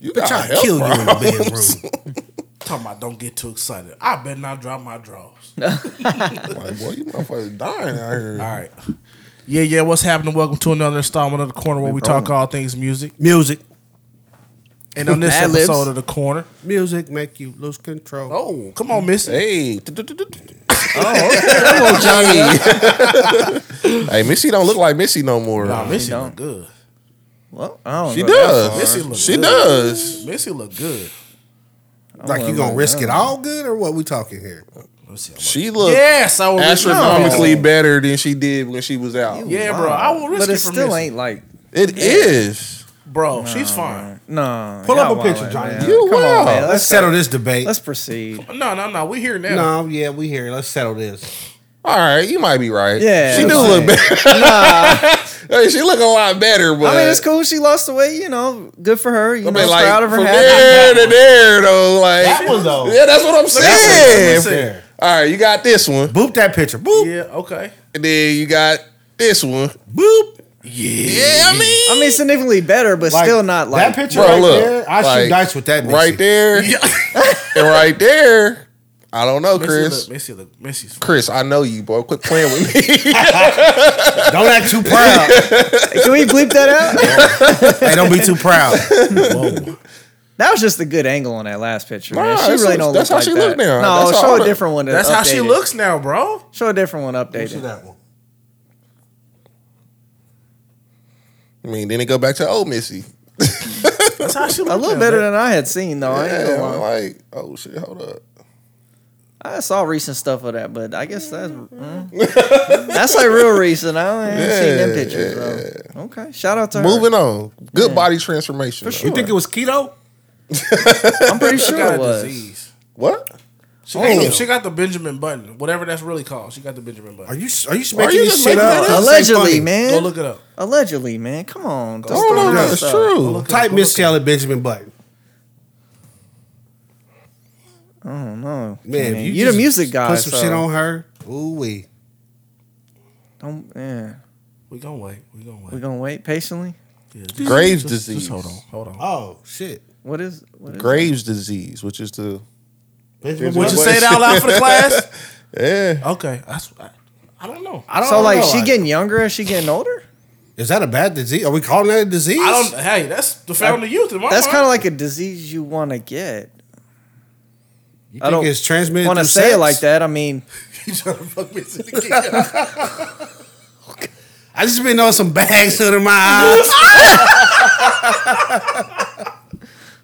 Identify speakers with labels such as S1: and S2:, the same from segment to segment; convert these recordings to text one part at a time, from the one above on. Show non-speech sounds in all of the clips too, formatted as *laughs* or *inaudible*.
S1: You
S2: Bitch,
S1: got
S2: I
S1: health
S2: kill you in
S1: problems. *laughs*
S2: the bedroom.
S3: Ah, *laughs* Talking about don't get too excited. I better not drop my drawers.
S1: Like, boy, you motherfuckers dying out here.
S3: All right. Yeah, yeah. What's happening? Welcome to another installment of the corner where we talk all things music.
S2: music,
S3: And on this
S4: Ad libs.
S3: episode of the corner,
S2: music make you lose control.
S3: oh, come on, Miss.
S1: Hey. *laughs* Oh, Johnny. hey, Missy don't look like Missy no more.
S3: Nah, Missy
S4: You
S3: look
S4: don't.
S3: good.
S4: Well, I don't
S1: she
S4: know that
S1: does.
S4: far.
S3: Missy look
S1: she
S3: good.
S1: does.
S3: Missy look good.
S4: I
S2: like you
S4: wouldn't
S2: gonna
S4: like
S2: risk
S4: that.
S2: it all good or what? We talking here?
S3: Let's see how much-
S1: She look
S3: Yes, I will risk it.
S1: astronomically better than she did when she was out.
S3: Yeah, bro. I will risk
S4: But
S3: it
S4: it
S3: for
S4: still
S3: Missy.
S4: ain't like
S1: It is.
S3: Bro, she's fine.
S4: no.
S2: Pull up
S4: y'all
S2: a picture,
S4: wild,
S2: Johnny.
S4: man.
S1: You
S4: Come
S1: wild.
S4: on, man.
S2: Let's
S4: Let's
S2: settle this debate.
S4: let's proceed.
S3: No, no, no. We here now.
S2: no, yeah, we here. Let's settle this.
S1: All right, you might be right.
S4: Yeah,
S1: she do
S4: I'm
S1: look
S4: saying.
S1: better. *laughs* hey, she look a lot better, but
S4: I mean, it's cool. She lost the weight. You know, good for her. You
S1: I
S4: know,
S1: mean, like
S4: proud of her.
S1: from
S4: hat.
S1: there to there, though. Like
S2: That one, though.
S1: *laughs* Yeah, that's what I'm
S3: That's
S1: saying.
S3: what I'm
S2: There.
S1: All right, you got this one,
S2: Boop that picture. Boop.
S3: Yeah. Okay.
S1: and then you got this one.
S2: Boop.
S3: Yeah. *laughs*
S1: Yeah, I mean,
S4: I mean, significantly better, but
S2: Like,
S4: still not like
S2: that picture
S1: bro,
S2: right
S1: look,
S2: there. I
S1: like,
S2: shoot dice with that. Missy.
S1: right there and right there. I don't know,
S3: Missy
S1: Chris.
S3: look. Missy look. Missy's fine.
S1: Chris, I know you, bro. Quit playing with me. *laughs*
S2: Don't act too proud.
S4: Can we bleep that
S1: *laughs*
S4: out?
S2: hey, don't be too proud.
S4: that was just a good angle on that last picture.
S1: Nah,
S4: man. She
S1: that's-
S4: really don't
S1: that's
S4: look
S1: how she
S4: like
S1: look
S4: that.
S1: now.
S4: No,
S1: That's how
S4: show
S1: I-
S4: a different one.
S3: That's how she
S4: updated.
S3: looks now, bro.
S4: Show a different one
S2: See
S4: updated.
S2: that one.
S1: I mean, then it go back to old Missy.
S3: That's how she look.
S4: A little
S3: now,
S4: better
S3: bro.
S4: than I had seen
S3: Oh,
S4: though. I ain't
S1: Yeah,
S4: gonna lie.
S1: like, oh shit, hold up.
S4: I saw recent stuff of that, but I guess that's mm. that's like real recent. I ain't seen them pictures, bro. Okay, shout out to her.
S1: Moving on. Good body transformation. though.
S2: You think it was keto?
S4: I'm pretty
S3: She
S4: sure
S3: got
S4: it
S3: a
S4: was. Oh.
S3: disease.
S1: What?
S3: She got, the, she got the Benjamin Button, whatever that's really called. She got the Benjamin
S2: Are
S3: Button.
S2: you are you just
S1: Are
S2: making
S1: you
S2: this
S1: just
S2: shit
S1: making
S2: up?
S1: that
S2: This
S1: up?
S2: ain't
S4: Allegedly,
S2: funny.
S4: man.
S3: Go look it up.
S4: Allegedly, man. Come on. Just
S1: Oh
S4: throw
S1: no,
S4: that
S1: no, it's
S4: stuff.
S1: true.
S2: Type Miss Sally Benjamin Button.
S4: I don't know.
S2: Man,
S4: Man,
S2: if
S4: you,
S2: you
S4: the
S2: just
S4: music guy.
S2: Put some
S4: so
S2: shit on her. Ooh wee.
S4: Don't, yeah.
S3: We gonna wait. We gonna
S4: We're
S3: wait.
S4: gonna wait patiently.
S3: Yeah, just-
S1: Graves
S3: just-
S1: disease.
S3: Just hold on. Hold on.
S2: Oh shit.
S4: What is what is
S1: Graves disease, which is the
S2: Benjamin
S1: Would
S3: Would you
S2: Button.
S3: say it out loud for the
S4: *laughs*
S3: class?
S1: yeah.
S3: Okay. That's, I, I don't know. I
S2: I don't
S4: So like
S2: know.
S4: she getting younger as she getting older?
S2: Is that a bad disease? Are we calling that a disease?
S3: don't. Hey, that's the fountain of youth. In my
S4: That's
S3: mind.
S4: kind of like a disease you want to get.
S2: You
S4: I
S2: think
S4: don't
S2: it's transmitted.
S4: Want to
S2: through
S4: say
S2: sex?
S4: it like that? I mean,
S3: *laughs* you trying to fuck Missy again.
S2: I just been on some bags under my eyes.
S4: *laughs*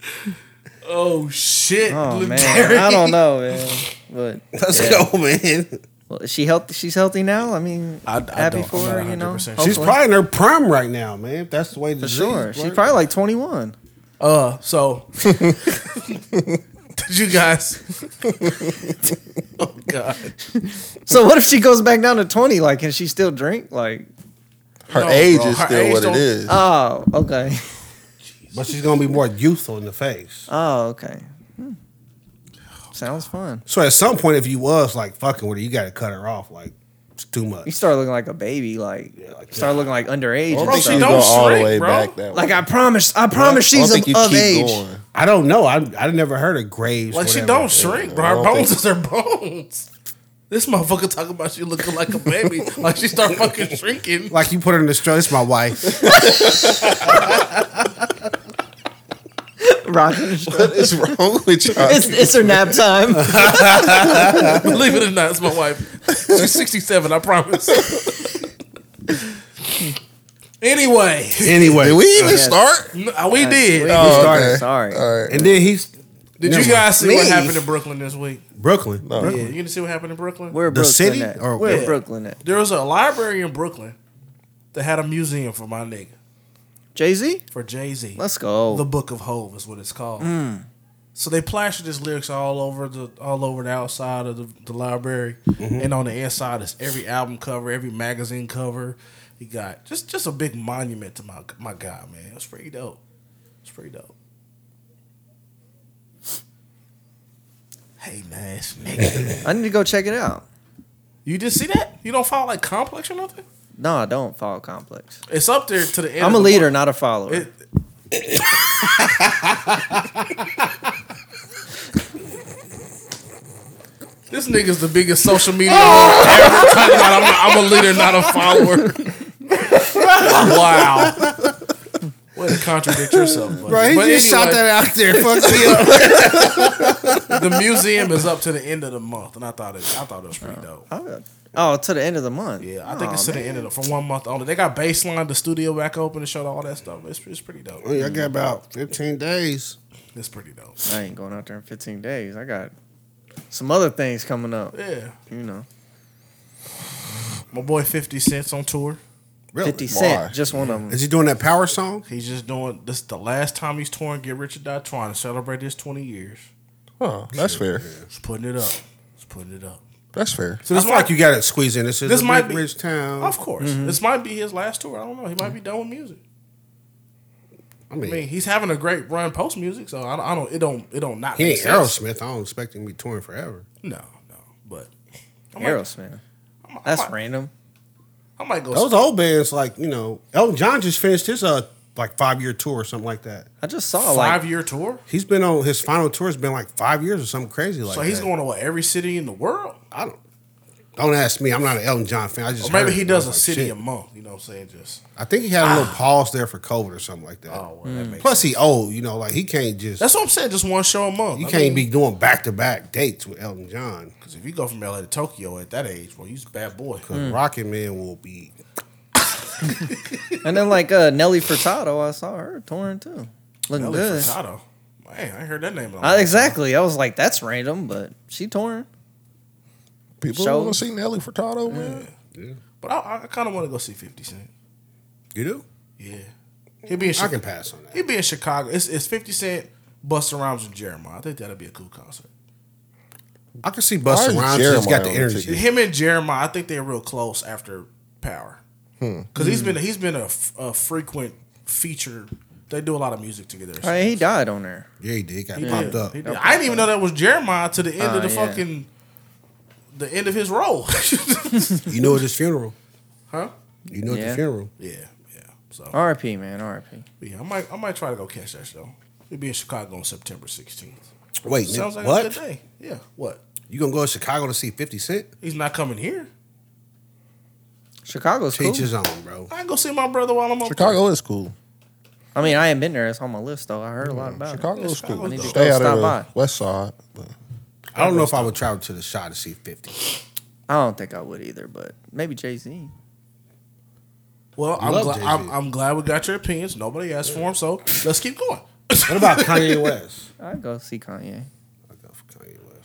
S3: oh shit!
S4: oh
S3: Lil
S4: man,
S3: Terry.
S4: I don't know, man.
S3: *laughs*
S4: But
S2: Let's go, man.
S4: well, is she healthy. She's healthy now. I mean,
S3: I- I
S4: happy
S3: don't-
S4: for
S3: I'm
S4: her.
S3: not
S4: You know,
S3: 100%
S2: She's
S4: hopefully.
S2: probably in her prime right now, man. If that's the way
S4: for
S2: the
S4: sure. She's probably like twenty one.
S3: Uh, so *laughs* did you guys? oh God!
S4: So what if she goes back down to twenty? Like, can she still
S3: *laughs*
S4: drink? Like,
S1: Her
S3: No,
S1: age
S3: bro,
S1: is
S3: her
S1: still
S3: age
S1: what
S3: don't-
S1: it is.
S4: oh, okay,
S2: but she's gonna be more youthful in the face.
S4: oh, okay. Hmm. Sounds fun.
S2: So at some point, if you was like fucking with her, you gotta cut her off. Like it's too
S4: You
S2: much.
S4: start looking like a baby. Like,
S2: like-
S4: start looking like underage.
S1: I
S4: and
S1: don't think
S4: stuff.
S3: she
S1: you
S3: don't
S1: go all the
S3: shrink,
S1: way
S3: bro.
S1: back that
S4: Like
S1: way.
S4: I promise, I
S1: I
S4: promise
S1: don't
S4: she's
S1: think you
S4: of
S1: keep
S4: age. *laughs*
S1: going.
S2: I don't know. I I never heard of Graves.
S3: Like she
S2: whatever.
S3: don't shrink, bro.
S1: I
S3: Her
S1: don't
S3: bones
S1: think-
S3: is her bones. This motherfucker talking about she looking like a baby, like she start fucking shrinking.
S2: Like you put her in the stroller. It's my wife.
S1: *laughs*
S2: *laughs*
S4: Rocking.
S1: What is wrong with y'all?
S4: It's, it's her nap
S1: *laughs*
S4: time.
S3: Believe it or not, it's my wife. She's sixty-seven. I promise. anyway,
S2: anyway,
S1: Did we even
S4: Yes.
S1: start?
S3: no, we did. Uh,
S1: Oh,
S2: started.
S1: okay.
S4: Sorry.
S1: All *laughs* right.
S2: and then he's
S3: Did
S2: Never
S3: you guys see what
S4: Me?
S3: happened in Brooklyn this week?
S2: Brooklyn. *laughs*
S1: No.
S3: Yeah, you didn't see what happened in Brooklyn.
S4: Where
S2: The
S4: Brooklyn
S2: city
S4: at?
S2: or
S4: Where
S3: where?
S4: Brooklyn at?
S3: There was a library in Brooklyn that had a museum for my nigga,
S4: Jay Z.
S3: for Jay Z.
S4: Let's go. Mm.
S3: The Book of Hove is what it's called. So they plastered his lyrics all over the all over the outside of the, the library, and on the inside is every album cover, every magazine cover. He got just just a big monument to my my guy, man. It's pretty dope. It's pretty dope. Hey, nice
S4: *laughs*
S3: nigga.
S4: I need to go check it out.
S3: you just see that? You don't follow like Complex or nothing?
S4: No, I don't follow Complex.
S3: It's up there to the end.
S4: I'm a
S3: of the
S4: leader, not a follower.
S3: It, *laughs* This nigga's the biggest social media
S2: Oh.
S3: ever. Talking about I'm, a- I'm a leader, not a follower.
S2: *laughs*
S3: wow. Way to contradict yourself, buddy.
S2: Bro, he
S3: But
S2: just shot
S3: anyway,
S2: that out there. Fuck me up.
S3: The museum is up to the end of the month, and I thought it. I thought it was pretty dope.
S4: Oh, oh, to the end of the month. Oh,
S3: Yeah, I think
S4: Aw,
S3: it's to
S2: Oh,
S3: the
S4: man.
S3: end of the for one month only. They got baseline, the studio back open, and showed all that stuff. It's, it's pretty dope.
S2: I got about 15 days.
S3: It's pretty dope.
S4: I ain't going out there in 15 days. I got some other things coming up.
S3: Yeah,
S4: You know,
S3: my boy Fifty Cent's on tour.
S2: Really?
S4: 50 Cent,
S1: Why?
S4: just one of
S3: *laughs*
S4: them.
S2: Is he doing that power song?
S3: He's just doing this. is The last time he's touring, Get Rich or Die Trying to celebrate his twenty years.
S1: Oh, that's fair.
S3: He's putting it up. He's putting it up.
S1: That's fair.
S2: So this I feel like you got to squeeze in. This is
S3: This
S2: a
S3: might
S2: big
S3: be-
S2: rich town.
S3: Of course.
S2: Mm-hmm.
S3: This might be his last tour. I don't know. He might be done with music.
S2: I
S3: I
S2: mean,
S3: mean, he's having a great run post music, so I don't, I don't it don't it don't not
S2: he
S3: make
S2: ain't
S3: sense.
S2: Aerosmith. I don't expect him to be touring forever.
S3: No, no. But I might,
S4: Aerosmith. That's
S3: I might,
S4: random.
S3: I might go
S2: Those old bands, like you know, Elton John just finished his uh like five year tour or something like that.
S4: I just saw
S3: five
S4: like
S3: year tour.
S2: He's been on his final tour has been like five years or something crazy like.
S3: So he's
S2: that.
S3: going to what, every city in the world?
S2: I don't. Don't ask me. I'm not an Elton John fan. I just
S3: Or maybe
S2: heard
S3: he
S2: it.
S3: does a
S2: Like,
S3: city
S2: shit.
S3: a month. You know what I'm saying? Just
S2: I think he had a little pause there for COVID or something like that.
S3: oh, well, that makes
S2: Plus, he old. You know, like he can't just.
S3: That's what I'm saying. Just one show a month.
S2: you
S3: I
S2: can't
S3: mean,
S2: be doing back to back dates with Elton John.
S3: 'cause if you go from LA to Tokyo at that age, well, he's a bad boy.
S2: Rocket Man will be.
S4: and then like uh Nelly Furtado, I saw her touring too. Looking
S3: Nelly
S4: good.
S3: Furtado. Man, I ain't heard that name. in a
S4: I,
S3: long
S4: exactly. I was like, that's random, but she touring.
S1: People
S4: So-
S1: want to see Nelly Furtado, man.
S3: But I, I kind of want to go see 50 Cent.
S2: You do?
S3: Yeah. He'll be in
S2: I
S3: Chicago.
S2: can pass on that.
S3: He'll be in Chicago. It's, it's 50 Cent, Busta Rhymes, and Jeremiah. I think that'll be a cool concert.
S2: I can see
S1: Why
S2: Busta
S1: is
S2: Rhymes. He's
S1: Jeremiah
S2: got the
S1: on the
S2: energy.
S1: ticket?
S3: Him and Jeremiah, I think they're real close after Power.
S2: Hmm.
S3: Because he's been he's been a, f- a frequent feature. They do a lot of music together.
S4: All right, he died on there.
S2: Yeah, he did. Got
S3: He
S2: popped
S3: did.
S2: up. Oh,
S3: He did. I didn't even know that was Jeremiah to the end
S4: Uh,
S3: of the
S4: yeah.
S3: fucking the end of his role. *laughs*
S2: You knew at his funeral.
S3: huh?
S2: You knew at
S4: Yeah.
S2: the funeral.
S3: Yeah, yeah. So
S4: RP, man, RP.
S3: yeah, I might I might try to go catch that show. We'll be in Chicago on September 16th.
S2: Wait,
S3: Sounds like a good
S2: what?
S3: day. Yeah. What?
S2: You gonna go to Chicago to see Fifty Cent?
S3: He's not coming here.
S4: Chicago's cool.
S2: Teach his own, bro.
S3: I can go see my brother while I'm on
S1: Chicago is cool.
S4: I mean, I ain't been there. It's on my list though. I heard a lot about
S1: Chicago
S3: Yeah,
S1: is
S3: Chicago
S1: cool.
S3: is dope.
S1: Stay out
S4: Stop
S1: of the
S4: by.
S1: west side. But
S2: I don't know if I would travel to the shot to see Fifty.
S4: it. I don't think I would either, but maybe Jay Z.
S3: Well, I'm,
S2: Love
S3: gla-
S2: Jay-Z.
S3: I'm, I'm glad we got your opinions. Nobody asked for them, so let's keep going.
S2: What
S3: *laughs*
S2: about Kanye West?
S4: I'd go see
S2: Oh,
S4: Kanye.
S2: I go for Kanye West.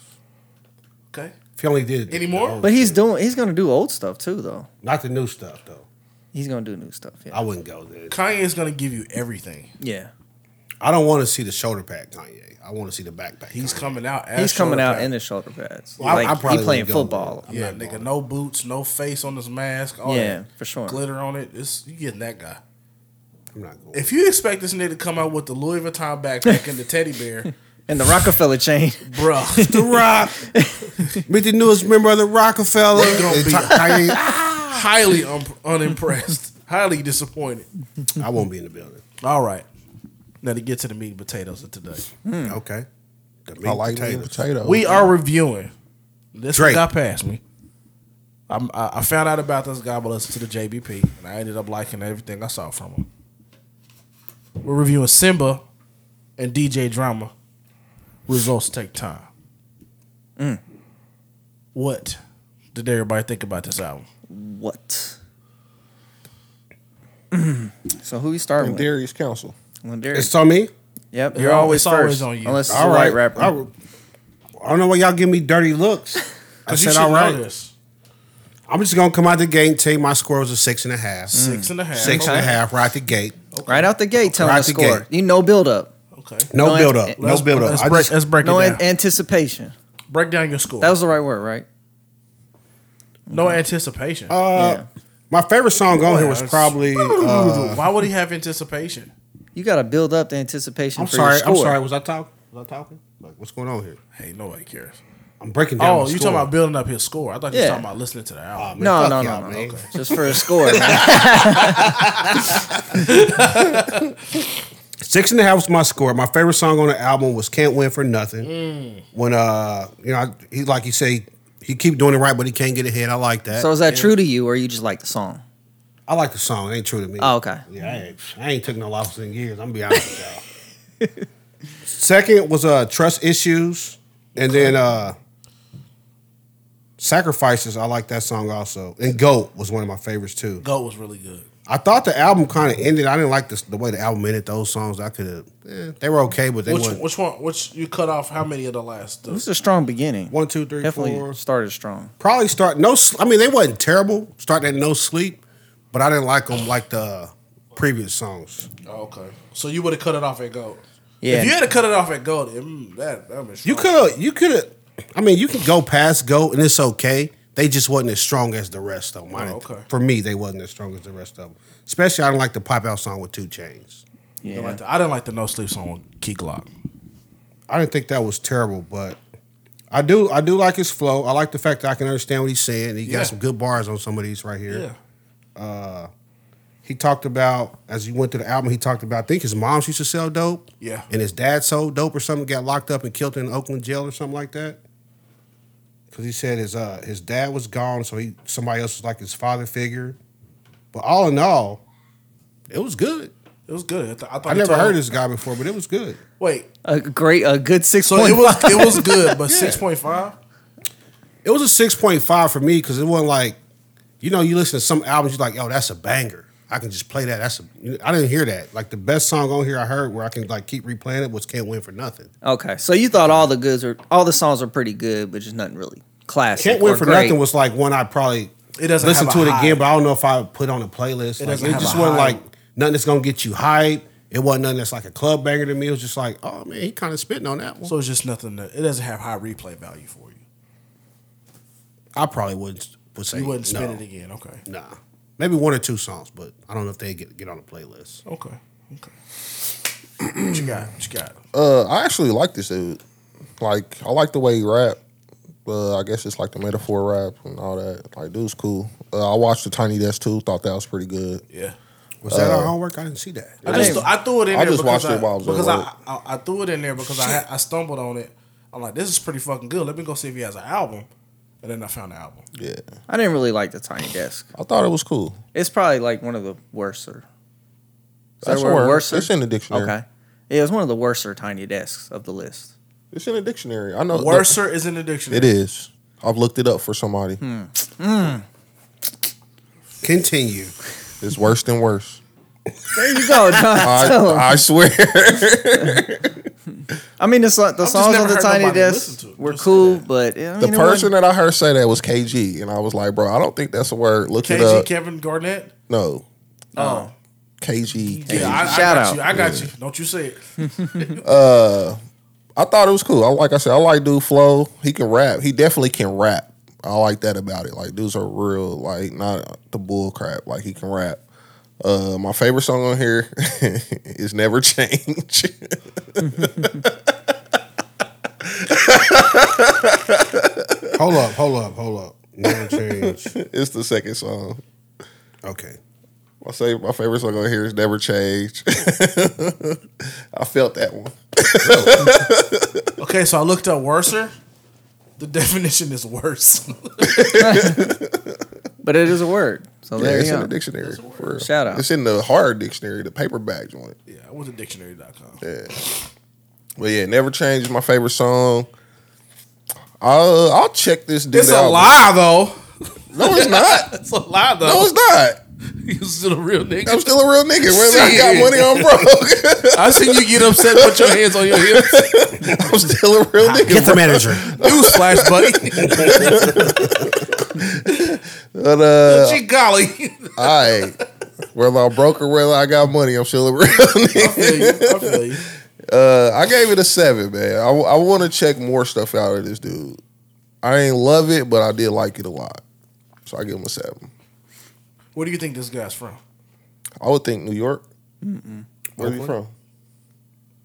S3: Okay.
S2: If he only did
S3: Any more?
S2: the old
S4: But he's
S2: shit.
S4: doing. He's gonna do old stuff too, though.
S2: not the new stuff though.
S4: He's gonna do new stuff. Yeah.
S2: I wouldn't go there.
S3: Kanye is going to give you everything.
S4: yeah.
S2: I don't want to see the shoulder pad Kanye. I want to see the backpack.
S3: He's
S2: Kanye.
S3: coming out. As
S4: He's coming
S3: shoulder
S4: out
S3: pad.
S4: in the shoulder pads.
S2: Well, I- I
S4: like
S2: probably
S4: he playing
S2: would go with
S4: football.
S2: it.
S3: Yeah,
S2: I'm not
S3: nigga,
S2: going.
S3: no boots, no face on his mask. All
S4: Yeah,
S3: that
S4: for sure.
S3: Glitter on it. It's, you getting that guy.
S2: I'm not going.
S3: If you expect this nigga to come out with the Louis Vuitton backpack and the teddy bear, *laughs*
S4: And the Rockefeller chain.
S3: bruh, *laughs*
S2: *laughs*
S4: *laughs*
S2: the Rock, meet the newest member of the Rockefeller.
S3: gonna
S2: And
S3: be-
S2: *laughs* Kanye,
S3: highly un- *laughs* unimpressed, highly disappointed.
S2: I won't be in the building.
S3: All right. Now to get to the meat and potatoes of today.
S4: Hmm.
S2: Okay. The meat
S1: I like meat and
S2: potatoes.
S1: potatoes.
S3: We are reviewing. This one
S2: Drake.
S3: got past me. I'm, I, I found out about this guy by listening to the JBP, and I ended up liking everything I saw from him. We're reviewing Simba and DJ Drama. Results take time.
S2: Mm.
S3: What did everybody think about this album?
S4: What? *clears throat* so who we starting
S1: and
S4: with?
S1: Darius Council.
S4: Lindari.
S2: It's on me.
S4: Yep.
S3: It's
S4: You're always
S3: always
S4: first,
S3: on you.
S4: unless it's
S2: All
S4: a
S2: right,
S4: white rapper.
S2: I, I don't know why y'all give me
S3: *laughs*
S2: dirty looks. I
S3: 'Cause you
S2: said,
S3: should
S2: all
S3: know
S2: right.
S3: this.
S2: I'm just gonna come out the gate and tell you my score was a six and a half.
S3: Six and a half.
S2: Six and a half right at the gate.
S4: Right out the gate, telling
S2: Right
S4: the
S2: the
S4: score.
S2: gate.
S4: You no build up,
S3: Okay.
S2: No,
S4: No,
S2: build
S4: it-
S2: up. No
S4: let's-
S2: build up.
S3: Let's
S2: I
S3: break,
S2: just,
S3: let's break
S4: no
S3: it
S4: an-
S3: down.
S4: anticipation.
S3: break down your score.
S4: That was the right word, right?
S3: no anticipation.
S2: uh, my favorite song on here was probably. Uh,
S3: Why would he have anticipation?
S4: You got to build up the anticipation.
S2: I'm
S4: for
S2: sorry.
S4: Your
S2: I'm
S4: score.
S2: sorry. Was I talking? Was I talking? Like, what's going on here?
S3: Hey, nobody cares.
S2: I'm breaking down.
S3: Oh,
S2: my
S3: you
S2: score. Oh,
S3: talking about building up his score? I thought you
S4: Yeah.
S3: were talking about listening to the album.
S2: Man,
S4: No,
S2: fuck
S4: no, no,
S2: y'all,
S4: no. *laughs*
S2: man.
S4: Just for a score. man.
S2: It's Six and a half was my score. My favorite song on the album was "Can't Win for Nothing." When uh, you know, I, he like you say, he keep doing it right, but he can't get ahead. I like that.
S4: So is that true to you, or you just like the song?
S2: I like the song. It ain't true to me.
S4: Oh, okay.
S2: Yeah, I ain't, I ain't took no losses in years. I'm gonna be honest with y'all. *laughs* Second was uh trust issues, and then uh sacrifices. I like that song also. And goat was one of my favorites too.
S3: Goat was really good.
S2: I thought the album kind of ended. I didn't like this, the way the album ended. Those songs I could have. Eh, they were okay, but they
S3: Which
S2: weren't.
S3: which one? Which you cut off? How many of the last?
S4: This is
S3: The,
S4: a strong beginning.
S2: One, two, three,
S4: Definitely
S2: four.
S4: started strong.
S2: Probably start no. Sl- I mean, they wasn't terrible. Starting at no sleep, but I didn't like them like the previous songs.
S3: oh, okay, so you would have cut it off at Goat.
S4: Yeah.
S3: If you had to cut it off at Goat, it, mm, that that was
S2: You could have. You could have. I mean, you can go past go, and it's okay. They just wasn't as strong as the rest of them. I
S3: Oh,
S2: didn't-
S3: okay.
S2: For me, they wasn't as strong as the rest of them. Especially, I don't like the pop out song with two chains.
S4: Yeah.
S3: I didn't like the, I didn't like the No Sleep song with Key Glock.
S2: I didn't think that was terrible, but I do. I do like his flow. I like the fact that I can understand what he's saying. He
S3: Yeah.
S2: got some good bars on some of these right here.
S3: Yeah.
S2: He talked about as he went through the album. He talked about I think his mom used to sell dope.
S3: Yeah.
S2: and his dad sold dope or something, got locked up and killed in Oakland jail or something like that. Because he said his uh, his dad was gone, so he somebody else was like his father figure. But all in all, it was good.
S3: It was good. I, th- I, thought
S2: I
S3: he
S2: never
S3: told-
S2: heard this guy before, but it was good.
S3: Wait,
S4: A great, a good six
S3: so
S4: point.
S3: it was it was good,
S2: *laughs*
S3: but six point five.
S2: It was a six point five for me because it wasn't like, you know, you listen to some albums, you're like, oh, that's a banger. I can just play that. That's a. I didn't hear that. Like the best song on here I heard where I can like keep replaying it was "Can't Win for Nothing."
S4: okay, so you thought all the goods were, all the songs were pretty good, but just nothing really classic.
S2: Can't Win
S4: or
S2: for
S4: great.
S2: Nothing was like one I probably
S3: It doesn't
S2: listen
S3: have
S2: to
S3: a
S2: it
S3: high.
S2: again, but I don't know if I would put it on a playlist. It, like,
S3: doesn't
S2: it
S3: have
S2: just
S3: a
S2: wasn't
S3: high.
S2: like nothing that's gonna get you hype. It wasn't nothing that's like a club banger to me. It was just like, oh man, he kind of spitting on that one.
S3: So it's just nothing. That, it doesn't have high replay value for you.
S2: I probably wouldn't would say
S3: You wouldn't spin
S2: no,
S3: it again. Okay.
S2: Nah, maybe one or two songs, but I don't know if they get get on a playlist.
S3: Okay. Okay. what you got? What you got?
S1: Uh, I actually like this dude. Like, I like the way he rap. But I guess it's like the metaphor rap and all that. Like, dude's cool. Uh, I watched the Tiny Desk too. Thought that was pretty good.
S3: Yeah.
S2: Was that our homework? I didn't see that.
S3: I just
S4: didn't-
S3: I threw it in
S1: I
S3: there
S1: just
S3: because
S1: watched it
S3: I,
S1: while I was at
S3: because I,
S1: work.
S3: I I threw it in there because I I stumbled on it. I'm like, this is pretty fucking good. Let me go see if he has an album, and then I found the album.
S1: Yeah,
S4: I didn't really like the Tiny Desk.
S1: I thought it was cool.
S4: It's probably like one of the worser. Is
S1: That's
S4: that
S1: a
S4: word,
S1: word.
S4: worser?
S1: It's in the dictionary.
S4: Okay. Yeah, it was one of the worser Tiny Desks of the list.
S1: It's in the dictionary. I know. the-
S3: Worser is in the dictionary.
S1: It is. I've looked it up for somebody.
S4: Hmm.
S2: Continue.
S1: It's worse than worse.
S4: There *laughs* you go, John.
S1: *laughs* I,
S4: Tell 'em.
S1: I
S4: *laughs*
S1: swear.
S4: I mean, it's like the
S3: just
S4: songs
S3: never
S4: on the
S3: heard
S4: Tiny
S3: nobody
S4: Desk
S3: listen to it.
S4: were
S3: Just
S4: cool,
S3: that.
S4: but I
S1: the
S4: mean, it
S1: person
S4: wasn't-
S1: that I heard say that was KG, and I was like, bro, I don't think that's a word. Look it
S3: KG
S1: up.
S3: Kevin Garnett.
S1: no,
S3: Oh,
S1: KG.
S3: yeah. I, I
S4: Shout
S3: got
S4: out.
S3: you. I got you. Don't you say it.
S1: I thought it was cool. I like I said, I like dude flow. He can rap. He definitely can rap. I like that about it. Like dudes are real. Like not the bull crap. Like he can rap. Uh, my favorite song on here *laughs* is "Never Change." *laughs*
S2: Hold up, hold up, hold up. Never *laughs* change.
S1: it's the second song.
S2: Okay.
S1: My say my favorite song on here is "Never Change." *laughs* I felt that one.
S3: Okay, so I looked up worser. The *laughs* definition is worse. *laughs*
S4: But it is a word. So
S1: yeah,
S4: there
S1: it's
S4: you
S1: in
S4: go.
S1: the dictionary. for real.
S4: Shout out.
S1: It's in the hard dictionary, the paperback joint.
S3: yeah, I went to dictionary.com.
S1: But yeah, "Never Change" is my favorite song. Uh, I'll, I'll check this dude
S3: It's a
S1: out.
S3: lie though.
S1: No, it's not.
S3: It's a lie though.
S1: No, it's not.
S3: *laughs* you still a real nigga.
S1: I'm still a real nigga. Whether I got
S3: Shit.
S1: money, I'm broke. *laughs*
S3: I seen you get upset. Put your hands on your hips.
S1: I'm still a real nigga.
S2: the manager.
S3: Newsflash, buddy.
S1: But uh,
S3: *laughs* Gee golly.
S1: all right. Whether I'm broke or whether I got money, I'm still a real *laughs* nigga.
S3: I feel you. I feel you.
S1: Uh, I gave it a seven, man. I, want to check more stuff out of this dude. I ain't love it, but I did like it a lot. So I give him a seven.
S3: Where do you think this guy's from?
S1: I would think New York. Where are you from?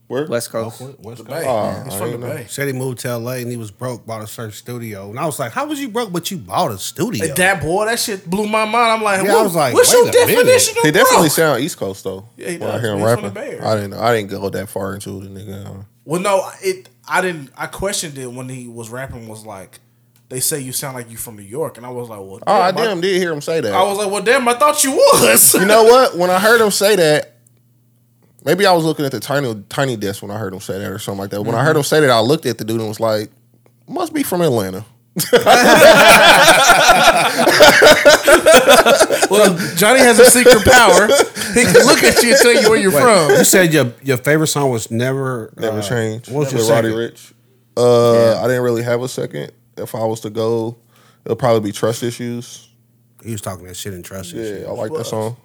S1: Where?
S4: West
S3: Oh,
S4: Coast.
S2: Oakland,
S3: The
S2: West Coast.
S3: Bay.
S1: Oh,
S3: He's
S1: I
S3: from the
S1: ain't know.
S3: Bay.
S2: Said he moved to LA and he was broke, bought a certain studio. And I was like, How was you broke? But you bought a studio.
S3: Hey, that boy, that shit blew my mind. I'm like,
S2: Yeah, I
S3: what-
S2: was like,
S3: what's
S2: wait
S3: your
S2: a minute.
S3: definition of
S1: He definitely
S3: broke?
S1: sound East Coast though.
S3: Yeah, he
S1: when I
S3: does.
S1: hear him
S3: He's from
S1: rapping,
S3: the Bay Area.
S1: I didn't. I didn't go that far into the nigga.
S3: Well, no, it. I didn't. I questioned it when he was rapping. Was like, they say you sound like you from New York, and I was like, well,
S1: Oh, I
S3: damn, I-
S1: damn did hear him say that.
S3: I was like, well, damn, I thought you was.
S1: you know what? When I heard him say that, maybe I was looking at the tiny tiny desk when I heard him say that or something like that. When I
S3: Mm-hmm.
S1: heard him say that, I looked at the dude and was like, "Must be from Atlanta."
S3: *laughs* well, Johnny has a secret
S2: *laughs*
S3: power. He can look at you and tell you where you're
S2: Wait, You said your your favorite song was Never
S1: Never
S2: uh,
S1: changed.
S2: What was your
S1: with Roddy
S2: second?
S1: Rich. Uh, I didn't really have a second. If I was to go, it'll probably be Trust Issues.
S2: He was talking that shit in trust
S1: Yeah, I
S2: issues.
S1: like that song.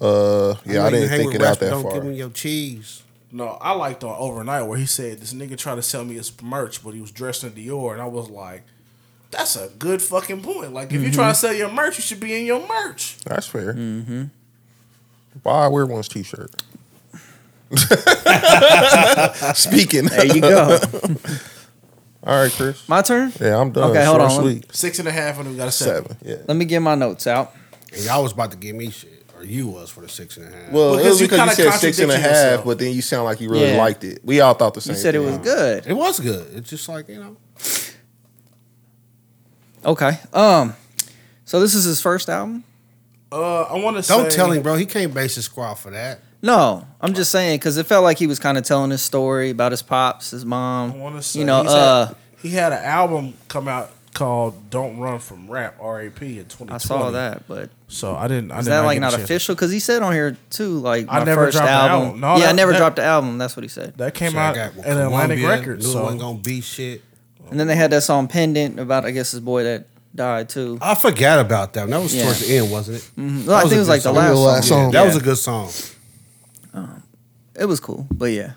S1: Uh, yeah, I,
S2: know you
S1: didn't
S2: hang
S1: think it
S2: with
S1: out
S2: rappers,
S1: that
S2: Don't
S1: far.
S2: give me your cheese.
S3: No, I liked on overnight where he said this nigga tried to sell me his merch, but he was dressed in Dior, and I was like, that's a good fucking point. Like, if you're
S2: Mm-hmm.
S3: trying to sell your merch, you should be in your merch.
S1: That's fair.
S4: Mm-hmm.
S1: Buy a weird one's
S4: *laughs*
S1: t-shirt. Speaking.
S4: There
S1: *laughs*
S4: you go.
S1: All right, Chris.
S4: My turn.
S1: Yeah, I'm done.
S4: Okay, hold
S1: Short,
S4: on.
S1: Sweet.
S3: Six and a half, and we got a seven.
S1: Seven. Yeah.
S4: Let me get my notes out.
S2: And y'all was about to give me shit, or you was for the six and a half.
S1: Well,
S3: Because
S1: it was
S3: you
S1: because you
S3: kinda
S1: said six and a half,
S3: contradicted yourself.
S1: but then you sound like you really
S4: Yeah.
S1: liked it. We all thought the same.
S4: You said it
S1: thing.
S4: was good.
S2: it was good. It's just like you know.
S4: Okay. Um. So this is his first album.
S3: Uh, I want to say.
S2: Don't tell him, bro. He can't base his squad for that.
S4: No, I'm just saying because it felt like he was kind of telling his story about his pops, his
S3: I want
S4: mom.
S3: to say.
S4: You know,
S3: he's
S4: uh,
S3: had, he had an album come out called "Don't Run from Rap" R.A.P. in 2020.
S4: I saw that, but
S3: So I didn't. I
S4: is
S3: did
S4: that like
S3: get a
S4: not
S3: chance.
S4: official? Because he said on here too, like
S3: I
S4: my
S3: never
S4: first
S3: dropped the
S4: album.
S3: album. No,
S4: yeah, I
S3: that-
S4: never
S3: that-
S4: dropped the album. That's what he said.
S3: That came
S2: So
S3: out
S2: I got
S3: at
S2: with
S3: Atlantic
S2: Columbia,
S3: Records.
S2: Lil
S3: So
S2: Wayne gonna be shit.
S4: And then they had that song "Pendant" about I guess his boy that died too.
S2: I forgot about that. one. That was
S4: Yeah.
S2: towards the end, wasn't it?
S4: Mhm. Well, I think it was like the last,
S1: last
S4: song.
S1: song.
S2: Yeah,
S4: Yeah.
S2: that was a good song.
S4: it was cool, but yeah.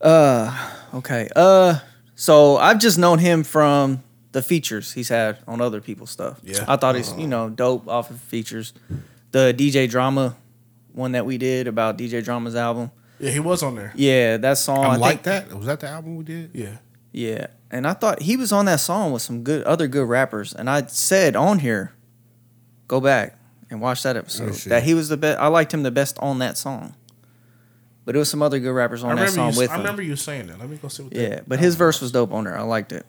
S4: Uh, okay. Uh, so I've just known him from the features he's had on other people's stuff.
S3: Yeah. Uh-huh.
S4: I thought he's you know dope off of features. The DJ Drama one that we did about DJ Drama's album.
S3: yeah, he was on there.
S4: Yeah, that song. Oh, I
S2: I'm like
S4: think,
S2: that. Was that the album we did?
S3: Yeah.
S4: Yeah, and I thought he was on that song with some good other good rappers, and I said on here, go back and watch that episode
S2: see.
S4: that he was the best. I liked him the best on that song, but it was some other good rappers
S3: I
S4: on that
S3: remember,
S4: song
S3: you,
S4: with
S3: I
S4: him.
S3: remember you saying that. Let me go see what that
S4: yeah, but his verse was dope on there. I liked it.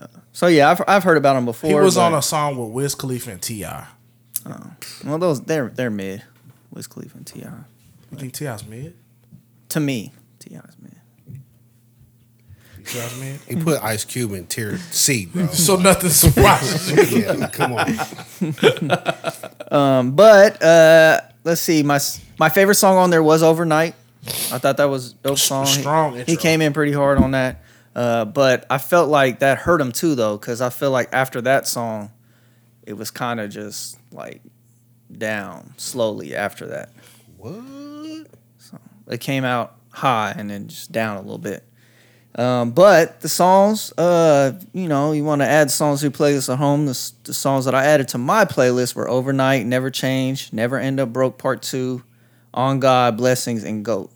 S4: Uh, So yeah, I've, I've heard about him before.
S3: He was
S4: but- uh,
S3: on a song with Wiz Khalifa and T.I.
S4: well. Those they're they're mid. Wiz Khalifa and Ti.
S3: You think T.I.'s mid?
S4: To me, Ti's man.
S3: T.I.'s mid?
S2: He
S4: Mm-hmm.
S2: put Ice Cube in tier C, bro.
S4: *laughs*
S3: So nothing *laughs* surprises you.
S2: yeah, come on.
S4: But uh, let's see. My my favorite song on there was "Overnight." I thought that was a dope song. He-
S3: strong
S4: He,
S3: intro.
S4: came in pretty hard on that, uh, but I felt like that hurt him too, though, because I feel like after that song, it was kind of just like down slowly after that.
S2: What?
S4: It came out high and then just down a little bit. Um, but the songs, uh, you know, you want to add songs to playlist at home. The, s- the songs that I added to my playlist were Overnight, Never Change, Never End Up Broke Part 2, On God, Blessings, and GOAT.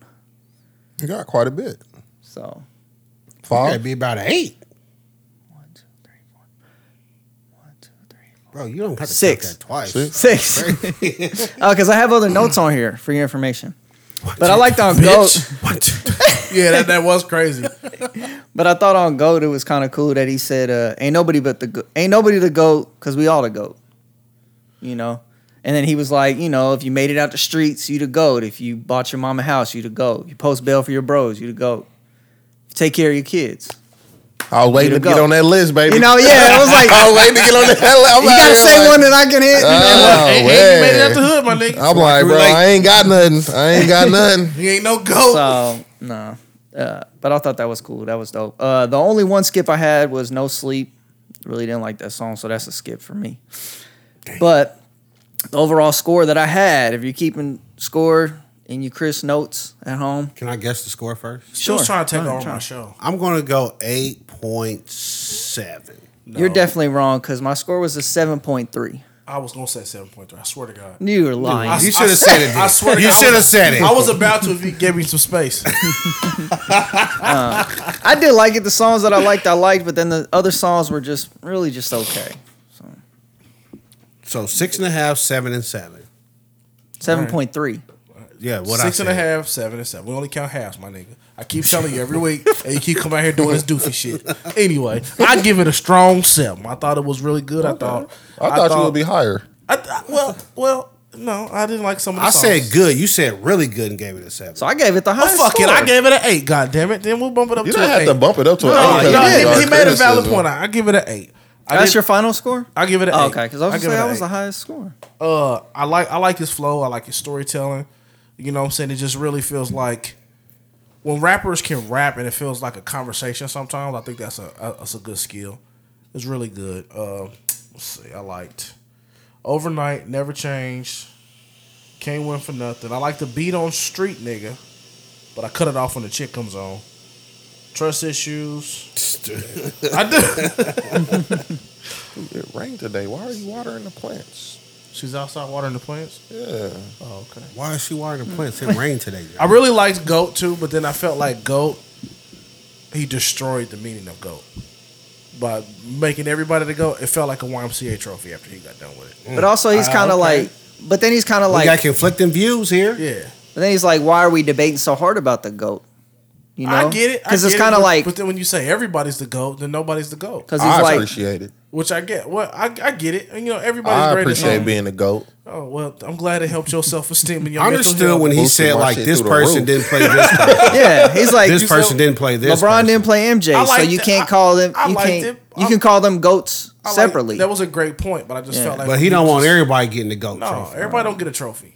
S1: You got quite a bit.
S4: So, *laughs*
S1: Five.
S2: That'd be about an eight,
S4: one, two, three, four. One, two, three, four.
S2: bro. You don't have to
S4: Six.
S2: six that twice.
S1: Six.
S4: Six. Because Uh, I have other notes on here for your information. But I liked on GOAT.
S3: *laughs* yeah, that, that was
S1: *laughs*
S3: crazy.
S4: But I thought on GOAT it was kind of cool that he said, uh, "Ain't nobody but the go- ain't nobody the goat because we all the goat," you know. And then he was like, you know, if you made it out the streets, you the goat. If you bought your mama a house, you the goat. You post bail for your bros, you the goat. Take care of your kids.
S1: I was waiting to
S4: Here we
S1: get
S4: go.
S1: on that list, baby.
S4: You know, yeah. It was
S1: *laughs*
S4: like
S1: I was waiting to get on that list. I'm
S4: *laughs* you
S1: out
S4: gotta
S1: here
S4: say
S1: like,
S4: one that I can hit. you know?
S1: Oh,
S3: Hey, hey, you made it out the hood, my nigga.
S1: I'm like, bro, I ain't got nothing. I ain't
S4: *laughs*
S1: got nothing.
S3: You ain't no goat. *laughs*
S4: So no, uh, but I thought that was cool. That was dope. Uh, the only one skip I had was "No Sleep." Really didn't like that song, so that's a skip for me. But the overall score that I had, if you're keeping score in your Chris notes at home,
S2: Can I guess the score first?
S3: she was
S4: sure.
S3: trying to take
S4: No,
S3: over
S4: try.
S3: my show.
S2: I'm gonna go eight point seven.
S4: you're definitely wrong because my score was a seven point three.
S3: I was gonna say seven point three. I swear to God.
S4: You were lying.
S3: I-
S2: You
S3: I-
S2: shoulda said it,
S3: I
S2: dude.
S3: swear to
S2: You
S3: God, I
S2: shoulda
S3: was-
S2: said it.
S3: I was about to if you gave me some space.
S4: I did like it. The songs that I liked, I liked, but then the other songs were just really just okay. So
S2: So six and a half, seven and seven.
S4: seven point three.
S2: Yeah, what
S3: Six
S2: I
S3: and a half, seven and seven. We only count halves, my nigga. I keep telling you every week, and you keep coming out here doing this doofy shit. Anyway, I give it a strong seven. I thought it was really good. I thought.
S1: I, thought you would be higher.
S3: I th- well, well, no, I didn't like some of the
S2: I
S3: songs.
S2: said good. You said really good and gave it a seven.
S4: So I gave it the
S3: Oh
S4: highest.
S3: fuck it!
S4: score.
S3: I gave it an eight. God damn it! Then we'll bump it up
S1: You
S3: to
S1: don't
S3: an
S1: have
S3: eight.
S1: to bump it up to an
S3: No,
S1: eight.
S3: no,
S1: because
S3: he,
S1: of our
S3: he made a valid
S1: criticism.
S3: point. I, I give it an eight. I
S4: That's
S3: did-
S4: your final score.
S3: I give it an
S4: Oh,
S3: eight.
S4: okay, because I was
S3: give
S4: gonna
S3: it
S4: say
S3: an
S4: that was
S3: eight.
S4: the highest score.
S3: uh I like I like his flow, I like his storytelling. You know what I'm saying? It just really feels like when rappers can rap and it feels like a conversation sometimes, I think that's a, a that's a good skill. It's really good. Uh, let's see, I liked Overnight, Never Change, Can't Win for Nothing. I like the beat on Street Nigga, but I cut it off when the chick comes on. Trust Issues. I do. *laughs*
S1: It rained today. Why are you watering the plants?
S3: She's outside watering the plants.
S1: Yeah.
S3: Oh, okay.
S2: Why is she watering the plants? It rained today.
S3: I really liked Goat too, but then I felt like Goat, he destroyed the meaning of Goat by making everybody the Goat. It felt like a YMCA trophy after he got done with it.
S1: Mm.
S4: But also, he's
S3: Ah,
S4: kind of
S3: okay.
S4: like. But then he's kind of
S2: we got
S4: like.
S2: conflicting views here.
S3: Yeah,
S4: But then he's like, why are we debating so hard about the goat? You know,
S3: I get it I
S4: because it's
S3: get it,
S4: kind of
S3: but-
S4: like
S3: But then when you say everybody's the Goat, then nobody's the Goat,
S4: because he's
S1: Ah, I
S4: like
S1: appreciate it.
S3: which I get. Well, I, I get it, and you know everybody's
S1: I
S3: great at
S1: appreciate
S3: something.
S1: being a goat.
S3: Oh well, I'm glad it helped your self esteem and your
S2: *laughs* I
S3: mental
S2: understood
S3: health.
S2: when he
S1: Boosted
S2: said
S1: my
S2: like
S1: shit
S2: this
S1: through the
S2: person
S1: roof.
S2: didn't play this. person.
S4: yeah,
S1: *laughs*
S4: he's like
S2: This
S4: you-
S2: person didn't play this.
S4: LeBron
S2: person.
S4: didn't play MJ,
S3: I
S4: so
S3: liked
S4: you
S3: it.
S4: can't
S3: I-
S4: call them.
S3: I
S4: You
S3: liked
S4: can't.
S3: it.
S4: You
S3: I-
S4: can call them goats
S3: I like-
S4: separately.
S3: that was a great point, but I just
S4: Yeah.
S3: felt like
S2: But he don't want
S3: just-
S2: everybody getting the goat
S3: No,
S2: trophy.
S3: everybody don't get a trophy.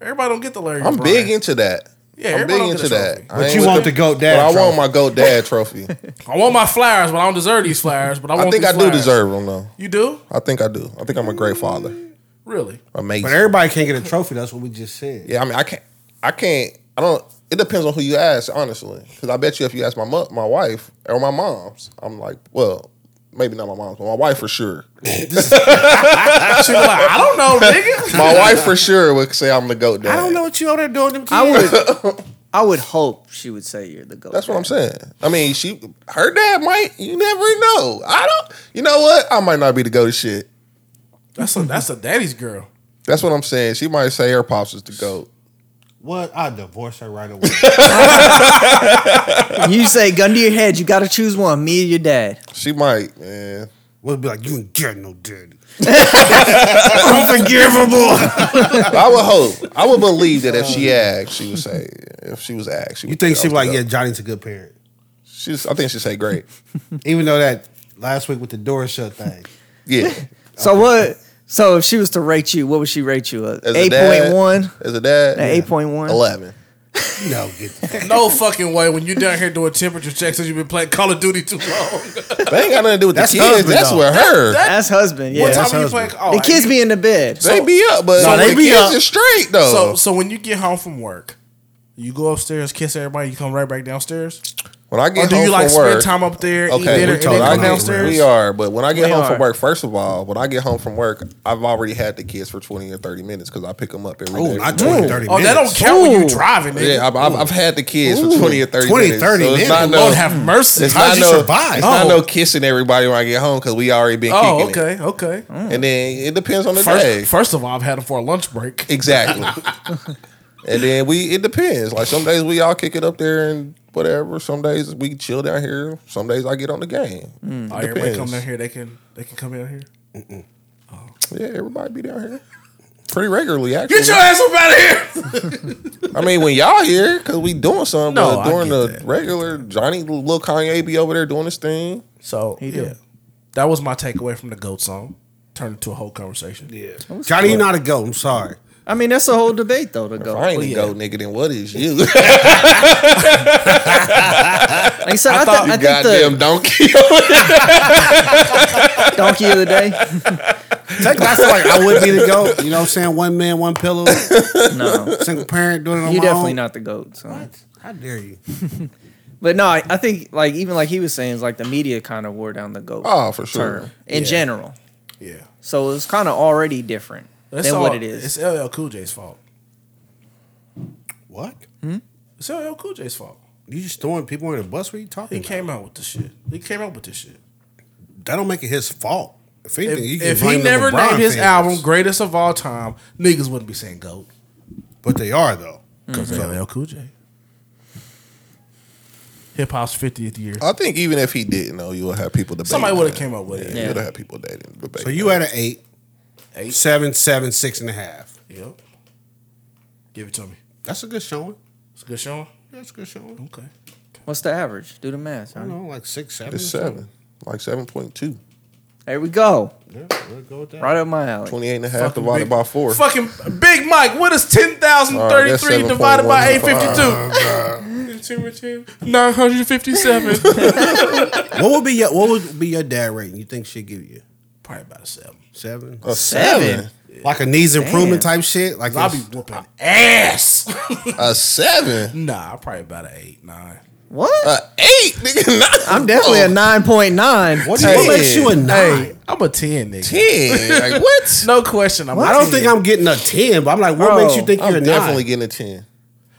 S3: Everybody don't get the Larry.
S1: I'm
S3: O'Brien.
S1: big into that.
S3: Yeah,
S1: I'm big
S3: everybody
S1: into
S3: don't get a
S1: that.
S3: trophy.
S1: I
S2: But
S1: ain't
S2: you
S1: with
S2: want the goat dad.
S1: But I
S2: trophy.
S1: want my goat dad trophy.
S3: I want my flowers, but I don't deserve these flowers. But I want.
S1: I think
S3: these
S1: I do
S3: flowers.
S1: deserve them though.
S3: You do
S1: I think I do. I think I'm a great father. *laughs*
S3: really?
S1: Amazing.
S2: But everybody can't get a trophy. That's what we just said.
S1: Yeah, I mean, I can't. I can't. I don't. It depends on who you ask, honestly. Because I bet you, if you ask my mo- my wife or my mom's, I'm like, well, maybe not my mom's, but my wife for sure.
S3: She was like, I don't know,
S1: *laughs*
S3: nigga.
S1: My wife for sure would say I'm the goat dad.
S2: I don't know what you over there doing. Them kids.
S4: I would. I would hope she would say you're the goat. *laughs*
S1: That's what I'm saying. I mean, she, her dad might. You never know. I don't. You know what? I might not be the goat of shit.
S3: That's a that's a daddy's girl.
S1: That's what I'm saying. She might say her pops is the goat.
S2: What? I divorce her
S3: *laughs*
S2: right away.
S4: saying. You say gun to your head. You got to choose one. Me or your
S3: *laughs*
S4: dad.
S1: She might, man.
S2: we'll be like, you ain't get no daddy. Unforgivable.
S1: I would hope. I would believe that if she asked, she would say. If she was asked, she
S2: You
S1: would
S2: think
S1: I
S2: she
S1: was
S2: was like,
S1: the
S2: yeah,
S1: goat.
S2: Johnny's a good parent,
S1: She's. I think she'd say great.
S2: even though that last week with the door shut thing.
S1: Yeah.
S4: *laughs* So what? So if she was to rate you, what would she rate you?
S1: As a
S4: Eight
S1: dad-
S4: point one.
S1: As a dad,
S4: At 8.1?
S1: 11.
S2: You know, get the
S3: No fucking way. When you down here doing temperature checks, and you've been playing Call of Duty too long.
S1: They ain't got nothing to do with
S2: That's
S1: the kids.
S2: husband,
S1: That's
S2: though.
S1: with her.
S4: That's husband.
S3: what
S4: Yeah.
S3: time
S2: that's
S3: are you
S2: husband.
S3: playing? Oh,
S4: The kids
S3: you-
S4: be in the bed.
S1: they be up, but
S2: No,
S1: no,
S2: they
S1: the
S2: be
S1: kids
S2: up.
S1: is straight though.
S3: So so when you get home from work, you go upstairs, kiss everybody, you come right back downstairs.
S1: when I get
S3: Or do
S1: home
S3: you like
S1: from work,
S3: spend time up there, eat
S1: okay,
S3: dinner,
S1: we,
S3: and
S1: told,
S3: then
S1: I
S3: come
S1: get-
S3: downstairs?
S1: we are. But when I get
S4: We
S1: home
S4: are.
S1: from work, first of all, when I get home from work, I've already had the kids for twenty or thirty minutes because I pick them up every day.
S2: oh, not
S1: from work.
S2: 20, 30
S3: Oh, that don't
S2: minutes.
S3: count when you
S4: Ooh.
S3: driving, nigga.
S1: Yeah, I've, I've, I've had the kids
S2: Ooh.
S1: for twenty or thirty.
S2: 20,
S1: minutes,
S2: 30
S1: so it's
S2: minutes.
S1: Not no,
S3: Lord have mercy.
S1: It's
S2: How'd
S1: not
S2: you
S1: no,
S2: survive?
S1: It's not
S3: Oh.
S1: no kissing everybody when I get home because we already been
S3: Oh,
S1: kicking
S3: okay, okay.
S1: it. Mm. And then it depends on the day.
S3: First, first of all, I've had them for a lunch break. *laughs*
S1: Exactly. and then we it depends. Like some days we all kick it up there and whatever. Some days we chill down here. Some days I get on the game.
S3: Oh, everybody come
S1: depends.
S3: down here. They can they can come down here.
S1: Yeah, everybody be down here. Pretty regularly, actually.
S3: Get your ass up out of here.
S1: I mean, when y'all here, because we doing something.
S3: No,
S1: but
S3: I
S1: during
S3: get
S1: the
S3: that.
S1: regular, Johnny, little Kanye be over there doing his thing.
S3: *laughs* So
S4: do.
S3: yeah, that was my takeaway from the goat song. Turned into a whole conversation. Yeah,
S2: Johnny, you're not a goat. I'm sorry.
S4: I mean, that's a whole debate though. The
S1: If
S4: goat.
S1: I ain't a
S3: Oh, yeah.
S1: goat nigga, then what is
S3: *laughs*
S1: you? *laughs*
S4: Like I said, I,
S3: thought
S4: th- I think
S1: Goddamn
S4: the
S3: *laughs*
S1: donkey.
S4: donkey of the day.
S2: Technically, I feel like I would be the goat. You know what I'm saying? One man, one pillow,
S4: No,
S2: single parent doing it on
S4: you
S2: my
S4: definitely
S2: own.
S4: not the goat. So.
S2: How dare you?
S4: But no, I, I think like even like he was saying, is like the media kind of wore down the goat.
S1: Oh, for sure.
S4: term in general.
S3: Yeah.
S4: So it's kind of already different
S3: That's
S4: than
S3: all,
S4: what it
S3: It's
S4: is.
S3: LL Cool J's fault.
S2: What?
S3: It's LL Cool J's fault.
S2: You just throwing people under the bus? What are you talking
S3: He
S2: about?
S3: came out with the shit. He came out with this shit.
S2: That don't make it his fault. If
S3: If,
S2: anything, you can
S3: if he
S2: blame the
S3: never
S2: LeBron
S3: named his
S2: fans.
S3: album "Greatest of All Time," niggas wouldn't be saying "Goat"
S2: but they are though.
S3: because LL Cool J. Hip hop's fiftieth year.
S1: I think even if he didn't know, you would have people debating.
S3: Somebody would have
S1: that.
S3: came up with it.
S1: You
S4: Yeah.
S1: would have had people dating. Debating.
S2: So you had an eight,
S3: Eight.
S2: seven, seven, six and a half.
S3: Yep. Give it to me.
S2: That's a good showing.
S3: It's a good showing.
S2: That's a good showing.
S3: Okay.
S4: What's the average? Do the math.
S2: I
S4: Huh?
S2: don't know, like six, seven.
S1: It's
S2: or something.
S1: seven, like 7.2.
S4: There we go.
S2: Yeah, we'll go with that.
S4: Right up my alley.
S1: 28 and a half
S3: Fucking
S1: divided
S3: big-
S1: by four.
S3: Fucking Big Mike, what is 10,033
S1: Alright, that's
S3: divided by
S1: 7.125.
S4: Oh,
S3: 852?
S4: *laughs*
S3: 957.
S2: What would be your What would be your dad rating? You think she'd give you
S3: Probably about a seven.
S2: seven?
S1: A seven.
S4: Seven?
S2: like a needs improvement
S4: Damn.
S2: type shit. Like
S3: I'll be
S2: it's-
S3: whooping ass.
S1: A seven.
S3: nah, probably about an eight, nine.
S4: What?
S1: A eight, nigga. *laughs* Not
S4: I'm definitely a nine point nine.
S2: what, do you- what makes you a nine?
S3: Hey, I'm a 10, nigga.
S1: ten. Like
S3: *laughs*
S1: what?
S3: No question. I'm
S2: I
S3: I
S2: don't think I'm getting a ten, but I'm like, what
S4: Bro,
S2: makes you think
S1: I'm
S2: you're a
S1: definitely
S2: nine?
S1: getting a ten.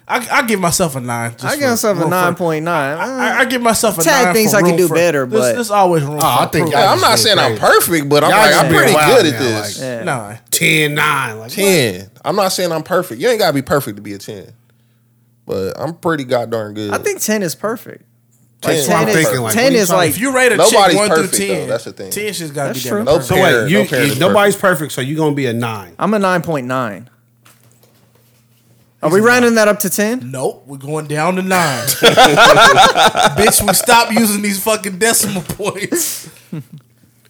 S3: I, I give myself a nine. just
S4: I
S3: for-
S4: give myself
S3: for-
S4: a nine point nine.
S3: I, I give myself a
S4: Tad
S3: nine.
S4: things
S3: for
S4: I could
S3: room
S4: do
S3: for-
S4: better,
S3: there's-
S4: but-
S3: there's always
S1: Oh,
S3: room.
S2: I
S3: for
S2: think
S3: improvement.
S2: y'all
S1: I'm not
S2: just
S1: saying I'm
S2: being crazy.
S1: perfect, but I'm
S2: Y'all
S1: like
S2: just
S1: I'm
S2: being
S1: pretty
S2: wild
S1: good at
S2: now,
S1: this.
S2: like-
S4: Yeah.
S3: Nine.
S2: Ten, nine, like what?
S1: Ten. I'm not saying I'm perfect. You ain't gotta be perfect to be a ten, but I'm pretty goddamn good.
S4: I think ten is perfect.
S1: Like,
S4: Like
S1: so I'm
S4: ten is
S2: thinking, like, what
S4: ten
S2: are you
S4: is
S2: trying-
S4: like
S3: If you rate a
S1: Nobody's
S3: chick one
S1: perfect,
S3: through
S1: though.
S3: ten,
S1: That's the thing.
S3: Ten, she's got to be
S4: That's
S3: damn
S4: true.
S1: no
S4: Nope.
S2: So
S1: pair.
S2: wait, you,
S1: no pair
S2: you-
S1: is
S2: nobody's perfect, so you gonna be a nine.
S4: I'm a nine point nine. Are we rounding that up to ten?
S3: Nope, we're going down to nine. Bitch, we stop using these fucking decimal points.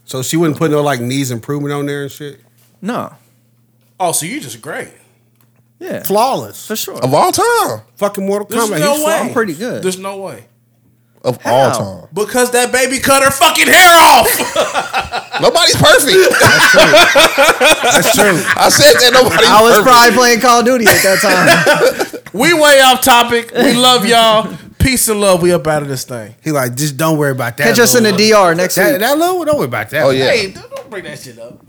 S2: So she wouldn't put no like needs improvement on there and shit.
S4: No.
S3: Oh, so you just great.
S4: Yeah.
S2: Flawless,
S4: For sure.
S1: of all time.
S2: fucking Mortal
S3: There's
S2: Kombat.
S3: no
S2: he's
S3: way.
S4: I'm pretty good.
S3: There's no way.
S1: Of
S4: How?
S1: all time.
S3: Because that baby cut her fucking hair off.
S1: Nobody's perfect.
S4: *laughs*
S2: That's true.
S1: I said that nobody.
S4: I was
S1: perfect.
S4: probably playing Call of Duty at that time.
S3: we way off topic. We love y'all. Peace and love. We up out of this thing.
S2: *laughs* He like, just don't worry about that.
S4: Catch us in
S2: little
S4: the
S2: one.
S4: DR next
S2: That,
S4: week.
S2: that little one, don't worry about that.
S1: Oh yeah.
S3: Hey, don't don't bring that shit up.